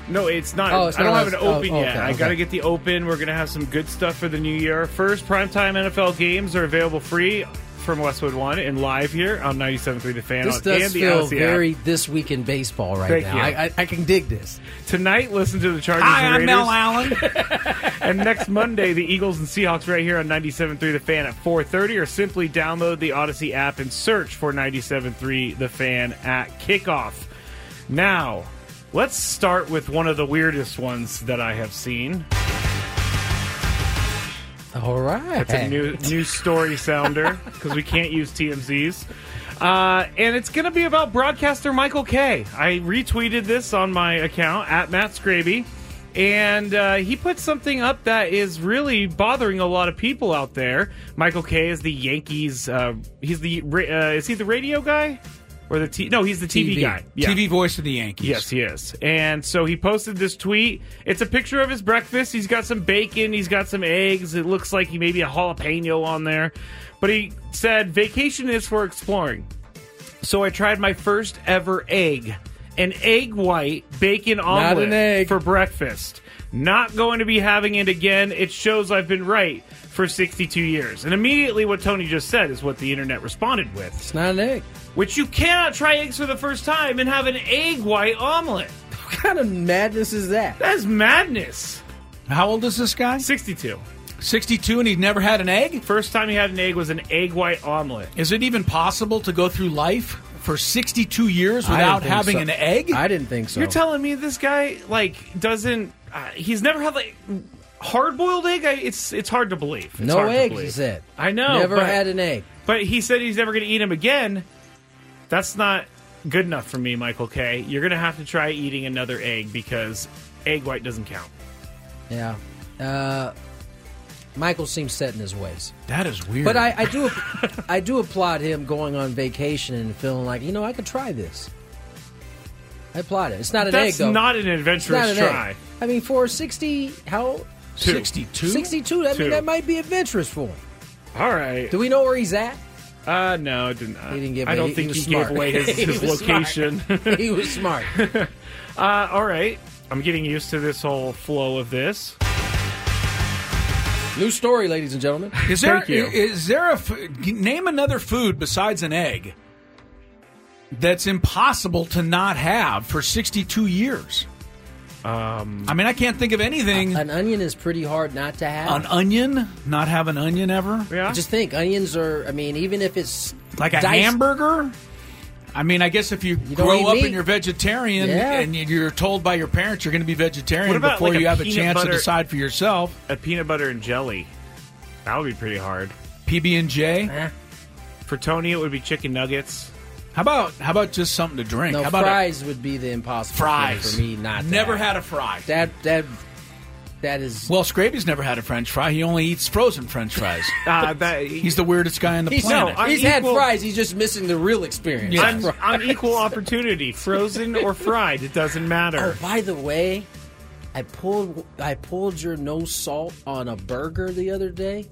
G: No, it's not.
E: Oh, it's
G: I don't
E: not
G: have
E: us.
G: an open
E: Oh, okay,
G: yet. I
E: okay.
G: got to get the open. We're going to have some good stuff for the new year. First, primetime NFL games are available free from Westwood One and live here on 97.3 The Fan
E: This
G: on-
E: does
G: and the
E: feel
G: Odyssey app.
E: very this week in baseball right
G: Thank
E: now.
G: you.
E: I, I, I can dig this.
G: Tonight, listen to the Chargers
E: Hi,
G: and
E: I'm
G: Raiders.
E: Mel
G: and next Monday, the Eagles and Seahawks right here on 97.3 The Fan at 4.30 or simply download the Odyssey app and search for 97.3 The Fan at kickoff. Now, let's start with one of the weirdest ones that I have seen.
E: All right.
G: That's a new new story sounder because we can't use TMZs. Uh, and it's going to be about broadcaster Michael K. I retweeted this on my account at Matt Scraby, and uh, he put something up that is really bothering a lot of people out there. Michael K. is the Yankees. Uh, he's the ra- uh, is he the radio guy or the t- no? He's the TV, guy. Yeah.
D: TV voice of the Yankees.
G: Yes, he is. And so he posted this tweet. It's a picture of his breakfast. He's got some bacon, he's got some eggs. It looks like he maybe a jalapeno on there. But he said, Vacation is for exploring. So I tried my first ever egg an egg white bacon omelet
E: an egg.
G: for breakfast. Not going to be having it again. It shows I've been right for 62 years. And immediately what Tony just said is what the internet responded with. It's
E: not an egg.
G: Which you cannot try eggs for the first time and have an egg white omelet.
E: What kind of madness is that?
G: That's madness.
D: How old is this guy?
G: 62.
D: 62 and he's never had an egg?
G: First time he had an egg was an egg white omelet.
D: Is it even possible to go through life for 62 years without having an egg?
E: I didn't think so.
G: You're telling me this guy like doesn't? Uh, he's never had like hard boiled egg. I, it's it's hard to believe. It's
E: no
G: hard to
E: egg,
G: believe.
E: he said.
G: I know.
E: Never
G: but,
E: had an egg.
G: But he said he's never going to eat him again. That's not good enough for me, Michael K. You're going to have to try eating another egg because egg white doesn't count.
E: Yeah. Uh, Michael seems set in his ways.
D: That is weird.
E: But I, I do I do applaud him going on vacation and feeling like, you know, I could try this. I applaud it. It's not an egg,
G: That's
E: though.
G: not an
E: It's not
G: adventurous
E: an egg.
G: try.
E: I mean, for 60, how?
G: Two. 62?
E: 62. I
G: Two.
E: mean, that might be adventurous for him.
G: All right.
E: Do we know where he's at?
G: Uh, no, it did not.
E: He didn't give
G: I
E: away-
G: don't
E: he-
G: think
E: he
G: he,
E: was
G: gave
E: smart.
G: away his,
E: He
G: his
E: was smart.
G: location.
E: he was smart.
G: Uh, all right. I'm getting used to this whole flow of this.
E: New story, ladies and gentlemen.
D: Is there
G: Thank you.
D: is there a f- name another food besides an egg that's impossible to not have for 62 years?
G: Um,
D: I mean, I can't think of anything.
E: An onion is pretty hard not to have.
D: An onion? Not have an onion ever?
G: Yeah.
E: Just think, onions are. I mean, even if it's
D: Like a
E: diced-
D: hamburger? I mean, I guess if you,
E: don't
D: grow
E: eat
D: up
E: meat.
D: and you're vegetarian
E: Yeah.
D: and you're told by your parents you're going to be vegetarian
G: What about
D: before
G: like a
D: you have a
G: peanut
D: chance
G: butter-
D: to decide for yourself,
G: A peanut butter and jelly. That would be pretty hard.
D: PB and J.
G: For Tony, it would be chicken nuggets.
D: How about how about just something to drink?
E: No,
D: how about a-
E: fries would be the impossible
D: Fries.
E: thing for me not. to
D: Never
E: have.
D: had a fry.
E: that. That that is.
D: Well, Scraby's never had a French fry. He only eats frozen French fries.
G: Uh, that,
D: He's the weirdest guy on the
E: He's,
D: planet.
G: No, I'm
E: he's had
G: equal-
E: fries. He's just missing the real experience.
D: Yeah.
G: I'm, I'm equal opportunity, frozen or fried. It doesn't
E: Oh,
G: matter.
E: by the way, I pulled I pulled your no salt on a burger the other day.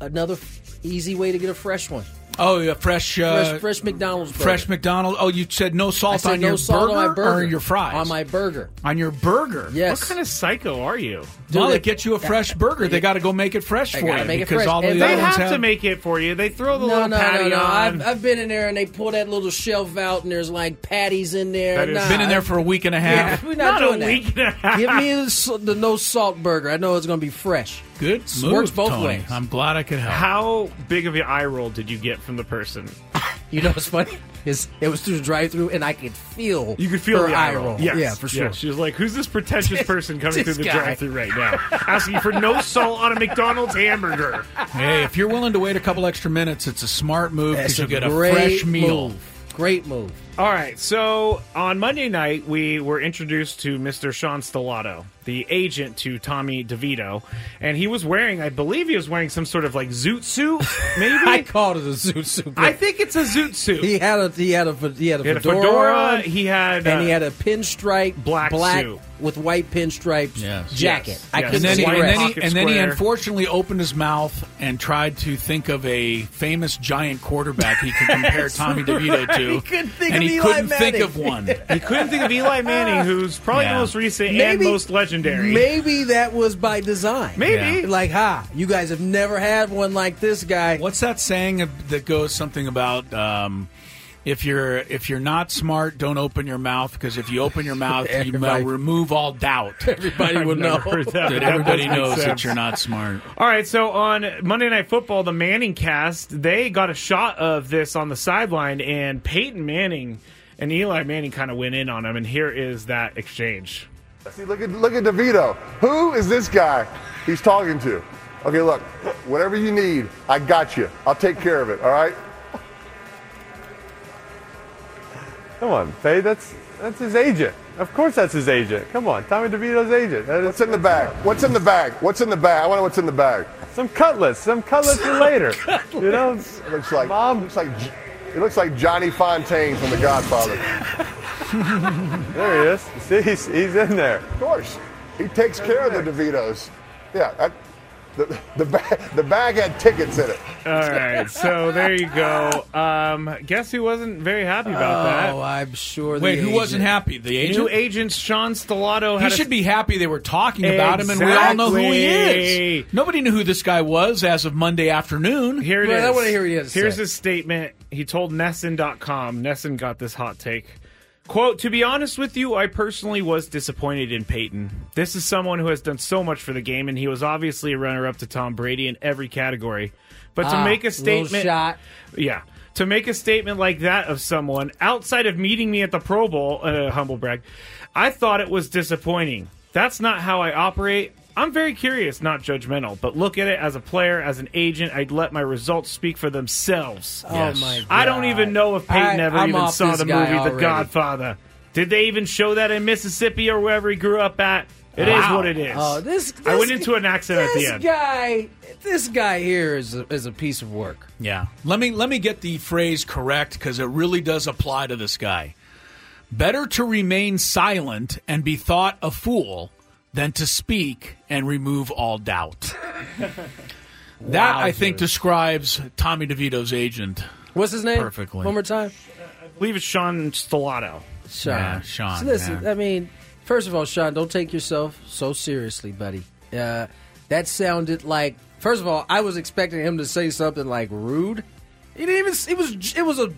E: Another f- easy way to get a fresh one.
D: oh, yeah, fresh, uh,
E: Fresh, fresh McDonald's burger.
D: fresh McDonald's. Oh, you said no
E: I
D: salt
E: said
D: on
E: no
D: your
E: salt
D: burger,
E: on my burger
D: or your fries
E: on my burger.
D: on your burger.
E: Yes.
G: What kind of psycho are you?
D: Well,
E: Dude,
D: they
E: it-
D: get you a fresh burger. They got to go make it fresh
E: They
D: for
E: gotta
D: you
E: make it
D: because
E: fresh.
D: all the
E: And
D: other
G: They
D: ones
G: have, to make it for you. They throw the
E: No,
G: little
E: no, no,
G: patty
E: no.
G: on.
E: I've, I've been in there and they pull that little shelf out and there's like patties in there.
G: That is-
E: Nah,
D: Been in there for a week and a
E: Yeah,
D: half.
E: we're not,
G: Not a
E: doing
G: week and a
E: that.
G: half.
E: Give me the, s- the no salt burger. I know it's going to be fresh.
D: Good
E: S-
D: move,
E: works both
D: Tony.
E: ways.
D: I'm glad I could help.
G: How big of an eye roll did you get from the person?
E: You know what's funny? Is it was through the drive-through and I could feel
G: You could feel
E: her
G: the
E: eye roll.
G: Yes.
E: Yeah, for sure.
G: Yes. She was like, "Who's this pretentious person coming
E: this
G: through the
E: guy.
G: drive-through right now, asking for no salt on a McDonald's hamburger?"
D: Hey, if you're willing to wait a couple extra minutes, it's a smart move
E: That's
D: because you'll
E: a
D: get a
E: great
D: fresh meal.
E: move. Great move.
G: All right. So on Monday night, we were introduced to Mr. Sean Stellato, the agent to Tommy DeVito, and he was wearing, I believe, he was wearing some sort of like zoot suit. Maybe
E: I called it a zoot suit.
G: I think it's a zoot suit.
E: he had a he had a he had a
G: He had a
E: fedora,
G: fedora,
E: on,
G: he had,
E: and
G: uh,
E: he had a pinstripe
G: black
E: black
G: suit.
E: with white pinstripes
D: Yes.
E: jacket.
G: Yes.
E: I
G: Yes.
D: And
E: couldn't
D: then, he,
E: see
D: and,
E: the
D: then
E: rest.
D: he,
G: Pocket
D: and then he
G: square.
D: unfortunately opened his mouth and tried to think of a famous giant quarterback he could compare Tommy DeVito to.
E: He couldn't think
D: and
E: of
D: he
E: Eli
D: couldn't think
E: Manning.
D: of one.
G: He couldn't think of Eli Manning, who's probably
D: Yeah.
G: the most recent and
E: Maybe-
G: most legendary.
E: Maybe that was by design.
G: Maybe. Yeah.
E: Like, ha, you guys have never had one like this guy.
D: What's that saying that goes something about um, if you're if you're not smart, don't open your mouth because if you open your mouth, you will
E: Everybody-
D: remove all doubt.
E: Everybody
G: I've
E: would know.
G: never heard that.
D: That everybody
G: That doesn't
D: knows
G: make
D: that
G: sense.
D: you're not smart.
G: All right, so on Monday Night Football, the Manning cast, they got a shot of this on the sideline, and Peyton Manning and Eli Manning kind of went in on him, and here is that exchange.
K: See, look at look at DeVito. Who is this guy he's talking to? Okay, look, whatever you need, I got you. I'll take care of it. All right.
L: Come on, Faye. That's that's his agent. Of course, that's his agent. Come on, Tommy DeVito's agent.
K: What's in the bag? What's in the bag? What's in the bag? I wonder what's in the bag.
L: Some cutlets. Some cutlets for later. You know,
K: It looks like looks like J- it looks like Johnny Fontaine from The Godfather.
L: there he is. You See, he's, he's in there.
K: Of course, he takes care of the DeVitos. Yeah, I, the the bag the bag had tickets in it.
G: All right, so there you go. Um, guess who wasn't very happy about that?
E: Oh, I'm sure.
D: Wait,
E: the
D: who wasn't
E: agent-
D: happy? The agent.
G: New agent Sean Stellato.
D: He
G: Had
D: should
G: a,
D: be happy they were talking about him, and we all know who he is.
G: Exactly.
D: Nobody knew who this guy was as of Monday afternoon.
G: Here it is.
E: Well, I wanna hear what he has to
G: Here's
E: say.
G: his statement. He told Nesson.com. Nesson got this hot take. Quote, to be honest with you, I personally was disappointed in Peyton. This is someone who has done so much for the game, and he was obviously a runner up to Tom Brady in every category. But to
E: Ah,
G: make
E: little
G: a statement
E: shot.
G: Yeah. To make a statement like that of someone outside of meeting me at the Pro Bowl, uh, humble brag, I thought it was disappointing. That's not how I operate. I'm very curious, not judgmental, but look at it as a player, as an agent. I'd let my results speak for themselves.
E: Oh Yes. my
G: I don't
E: God.
G: even know if Peyton
E: I-
G: ever
E: I'm
G: even
E: off
G: saw
E: this
G: the
E: guy
G: movie The
E: already.
G: Godfather. Did they even show that in Mississippi or wherever he grew up at? It is
E: Wow.
G: what it is.
E: Oh, this,
G: I
E: this-
G: went into an accident at the
E: this
G: end.
E: guy, this guy here is a, is a piece of work.
D: Yeah. Let me let me get the phrase correct because it really does apply to this guy. Better to remain silent and be thought a fool than to speak and remove all doubt. that I think describes Tommy DeVito's agent.
E: What's his name?
D: Perfectly.
E: One more time.
G: I believe it's Sean Stellato.
E: Sean.
D: Yeah, Sean,
E: So listen,
D: yeah.
E: I mean, first of all, Sean, don't take yourself so seriously, buddy. Uh, that sounded like. First of all, I was expecting him to say something like rude. He didn't even. It was. It was a.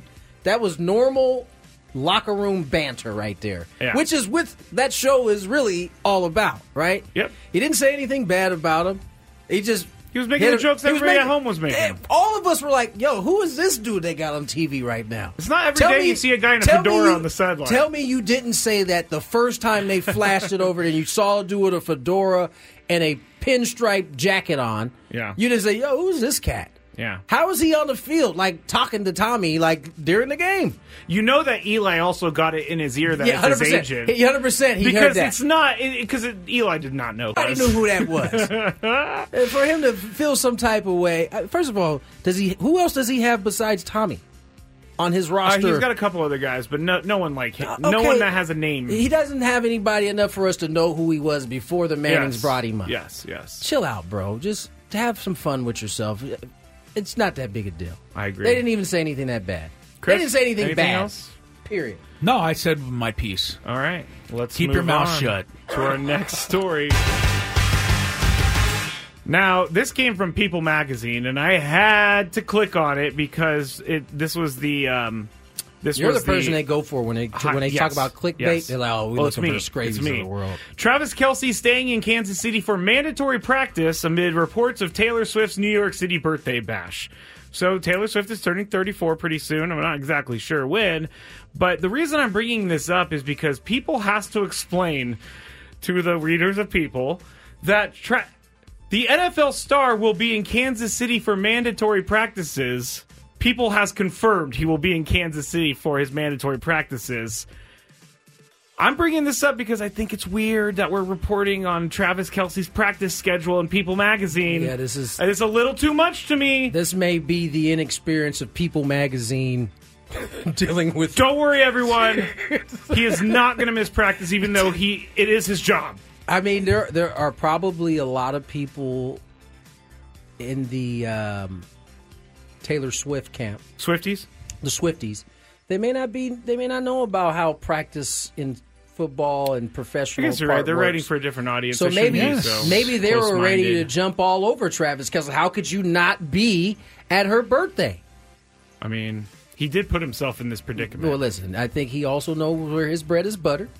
E: That was normal locker room banter right there,
G: Yeah.
E: which is what that show is really all about, right?
G: Yep.
E: He didn't say anything bad about him. He just.
G: He was making
E: hit
G: the
E: him-
G: jokes
E: he was
G: everybody at
E: making-
G: home was making.
E: Eh, All of us were like, "Yo, who is this dude they got on TV right now?"
G: It's not every day you see a guy in a
E: tell me
G: fedora
E: you-
G: on the sideline.
E: Tell me you didn't say that the first time they flashed it over and you saw a dude with a fedora and a pinstripe jacket on.
G: Yeah.
E: You didn't say, yo, who's this cat?
G: Yeah.
E: How is he on the field, like talking to Tommy, like during the game?
G: You know that Eli also got it in his ear that
E: yeah,
G: it's his
E: 100%.
G: agent.
E: He- 100% he
G: because
E: heard that.
G: it's not because it, Eli did not know.
E: Nobody knew who that was. And for him to feel some type of way, uh, first of all, does he? Who else does he have besides Tommy on his
G: Uh,
E: roster?
G: he's got a couple other guys, but no, no one like him. No
E: Uh, Okay.
G: one that has a name.
E: He doesn't have anybody enough for us to know who he was before the Mannings
G: Yes.
E: brought him up.
G: Yes, yes.
E: Chill out, bro. Just have some fun with yourself. It's not that big a deal.
G: I agree.
E: They didn't even say anything that bad.
G: Chris,
E: they didn't say anything,
G: anything
E: bad.
G: else?
E: Period.
D: No, I said my piece.
G: All right, let's
D: Keep
G: move
D: your mouth
G: on
D: shut.
G: to our next story. Now, this came from People Magazine, and I had to click on it because it. This was the. Um, this
E: You're the
G: was
E: person they go for when they
G: Hi-
E: when they
G: yes,
E: talk about clickbait.
G: yes.
E: They're like, "Oh, we're
G: Well, it's
E: looking for
G: me.
E: the scravies
G: It's
E: of
G: me.
E: the world."
G: Travis Kelsey staying in Kansas City for mandatory practice amid reports of Taylor Swift's New York City birthday bash. So Taylor Swift is turning 34 pretty soon. I'm not exactly sure when, but the reason I'm bringing this up is because people has to explain to the readers of people that tra- the NFL star will be in Kansas City for mandatory practices. People has confirmed he will be in Kansas City for his mandatory practices. I'm bringing this up because I think it's weird that we're reporting on Travis Kelsey's practice schedule in People Magazine.
E: Yeah, this is-
G: And it's a little too much to me.
E: This may be the inexperience of People Magazine dealing with.
G: Don't worry, everyone. he is not going to miss practice, even though he it is his job.
E: I mean, there there are probably a lot of people in the um, Taylor Swift camp,
G: Swifties.
E: the Swifties. They may not be. They may not know about how practice in football and
G: I
E: professional.
G: guess you're right.
E: part
G: They're
E: works.
G: writing for a different audience.
E: So
G: They
E: maybe
G: shouldn't be so
E: maybe they were ready to
G: close-minded.
E: jump all over Travis because how could you not be at her birthday?
G: I mean, he did put himself in this predicament.
E: Well, listen, I think he also knows where his bread is buttered,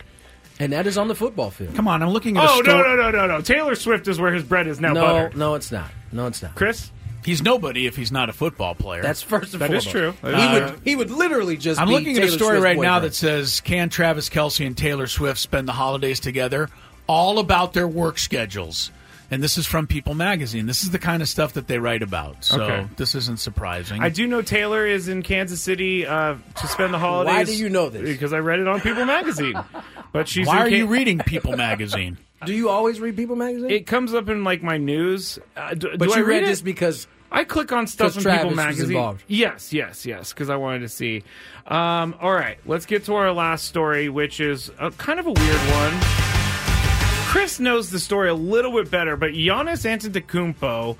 E: and that is on the football field.
D: Come on, I'm looking
G: oh no no no no no! Taylor Swift is where his bread is now.
E: No,
G: buttered.
E: no, it's not. No, it's not.
G: Chris,
D: he's nobody if he's not a football player.
E: That's first and
D: That is
E: foremost.
D: true.
E: He
D: Uh,
E: would he would literally just.
D: I'm
E: be
D: looking at a
E: Taylor
D: story
E: Swift's
D: right now
E: boyfriend.
D: that says, "Can Travis Kelsey and Taylor Swift spend the holidays together?" All about their work schedules, and this is from People Magazine. This is the kind of stuff that they write about. So
G: Okay.
D: this isn't surprising.
G: I do know Taylor is in Kansas City uh, to spend the holidays.
D: do you know this?
G: Because I read it on People Magazine. But she's.
D: Why
G: in
D: are
G: Ca-
D: you reading People Magazine?
E: Do you always read People magazine?
G: It comes up in like my news. Uh, do, do
E: but you
G: I read
E: read
G: it?
E: this because
G: I click on stuff in
E: because
G: People
E: Travis was
G: Magazine.
E: involved.
G: Yes, yes, yes, because I wanted to see. Um, all right, let's get to our last story, which is a, kind of a weird one. Chris knows the story a little bit better, but Giannis Antetokounmpo,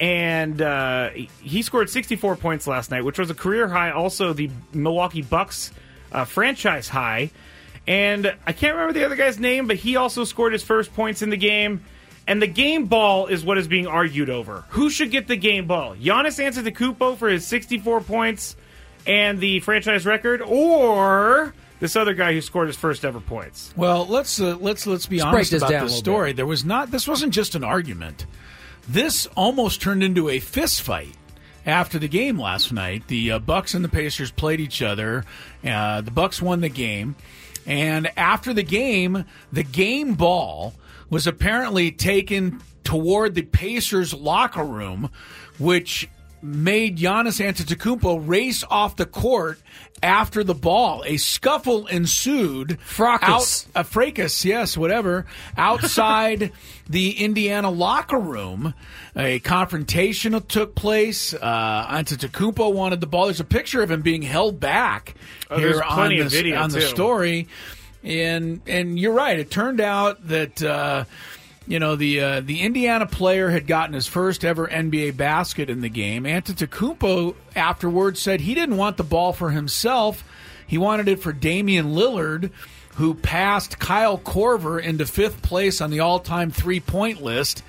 G: and uh, he scored 64 points last night, which was a career high, also the Milwaukee Bucks uh, franchise high. And I can't remember the other guy's name, but he also scored his first points in the game. And the game ball is what is being argued over. Who should get the game ball? Giannis Antetokounmpo for his 64 points and the franchise record, or this other guy who scored his first ever points?
D: Well, let's uh, let's let's be
G: Let's break
D: honest
G: this
D: about
G: down a
D: this
G: little
D: story. There was not this wasn't just an argument. This almost turned into a fist fight after the game last night. The uh, Bucks and the Pacers played each other. Uh, the Bucks won the game, and after the game, the game ball was apparently taken toward the Pacers locker room, which made Giannis Antetokounmpo race off the court after the ball. A scuffle ensued.
E: Fracas.
D: Out, a fracas, yes, whatever. Outside the Indiana locker room, a confrontation took place. Uh, Antetokounmpo wanted the ball. There's a picture of him being held back
G: Oh,
D: here
G: there's
D: on,
G: plenty
D: this,
G: of video,
D: on the
G: too.
D: story. And and you're right. It turned out that. Uh, you know the uh, the Indiana player had gotten his first ever NBA basket in the game. Antetokounmpo afterwards said he didn't want the ball for himself; he wanted it for Damian Lillard, who passed Kyle Korver into fifth place on the all-time three-point list.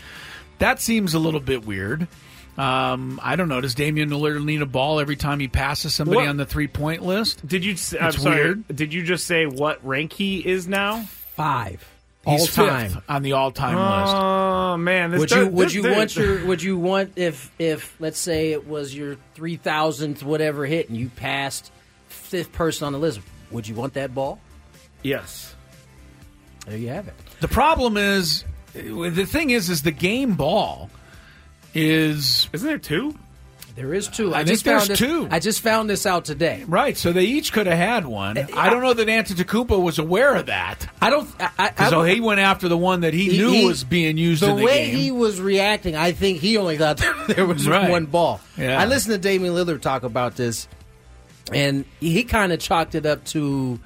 D: That seems a little bit weird. Um, I don't know. Does Damian Lillard need a ball every time he passes somebody
G: What-
D: on the three-point list?
G: Did you? s- I'm
D: It's
G: sorry.
D: weird.
G: Did you just say what rank he is now?
E: Five.
D: He's
E: All time.
D: fifth Ah, on the all-time list.
G: Oh man, this
E: would
G: does-
E: you would
G: this-
E: you
G: this-
E: want your would you want if if let's say it was your three thousandth whatever hit and you passed fifth person on the list? Would you want that ball?
G: Yes.
E: There you have it.
D: The problem is, the thing is, is the game ball is.
G: Isn't there two?
E: There is two.
D: I,
E: I,
D: think
E: just
D: there's
E: found this,
D: two.
E: I just found this out today. Uh,
D: Right, so they each could have had one. I don't know that Antetokounmpo was aware of that.
E: I don't. I, I,
D: so he went after the one that he,
E: He-
D: knew
E: he-
D: was being used
E: the
D: in the
E: way
D: game.
E: he was reacting, I think he only thought there was
D: Right.
E: one ball.
D: Yeah.
E: I listened to Damian Lillard talk about this, and he kind of chalked it up to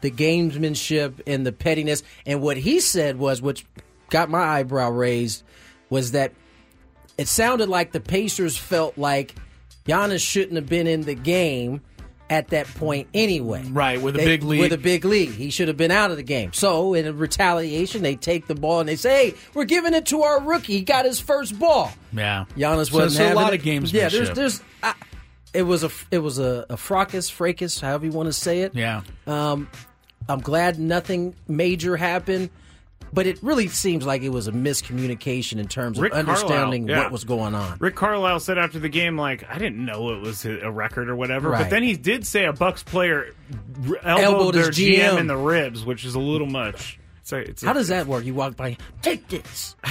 E: the gamesmanship and the pettiness. And what he said was, which got my eyebrow raised, was that it sounded like the Pacers felt like Giannis shouldn't have been in the game at that point anyway.
D: Right, with a
E: They-
D: big lead.
E: With a big lead. He should have been out of the game. So, in retaliation, they take the ball and they say, hey, we're giving it to our rookie. He got his first ball.
D: yeah,
E: Giannis
D: So
E: wasn't
D: there's a
E: having
D: lot
E: it.
D: of games.
E: Yeah, there's, there's, I, it was a, it was a, a fracas, fracas, however you want to say it.
D: yeah.
E: Um, I'm glad nothing major happened, but it really seems like it was a miscommunication in terms of
G: Rick
E: understanding
G: Carlisle, yeah.
E: what was going on.
G: Rick Carlisle said after the game, like, I didn't know it was a record or whatever. But
E: Right.
G: then he did say a Bucks player r- elbowed,
E: Elbowed his
G: their GM.
E: GM.
G: in the ribs, which is a little much. It's a, it's a-
E: How does that work? You walk by, take this.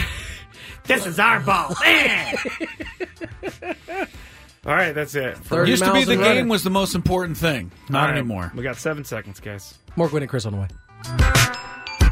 G: This is our ball. Eh! All right, that's it.
D: It used to be the game was the most important thing. Not
G: All right,
D: anymore.
G: We got seven seconds, guys.
E: Mark Wynn and Chris on the way.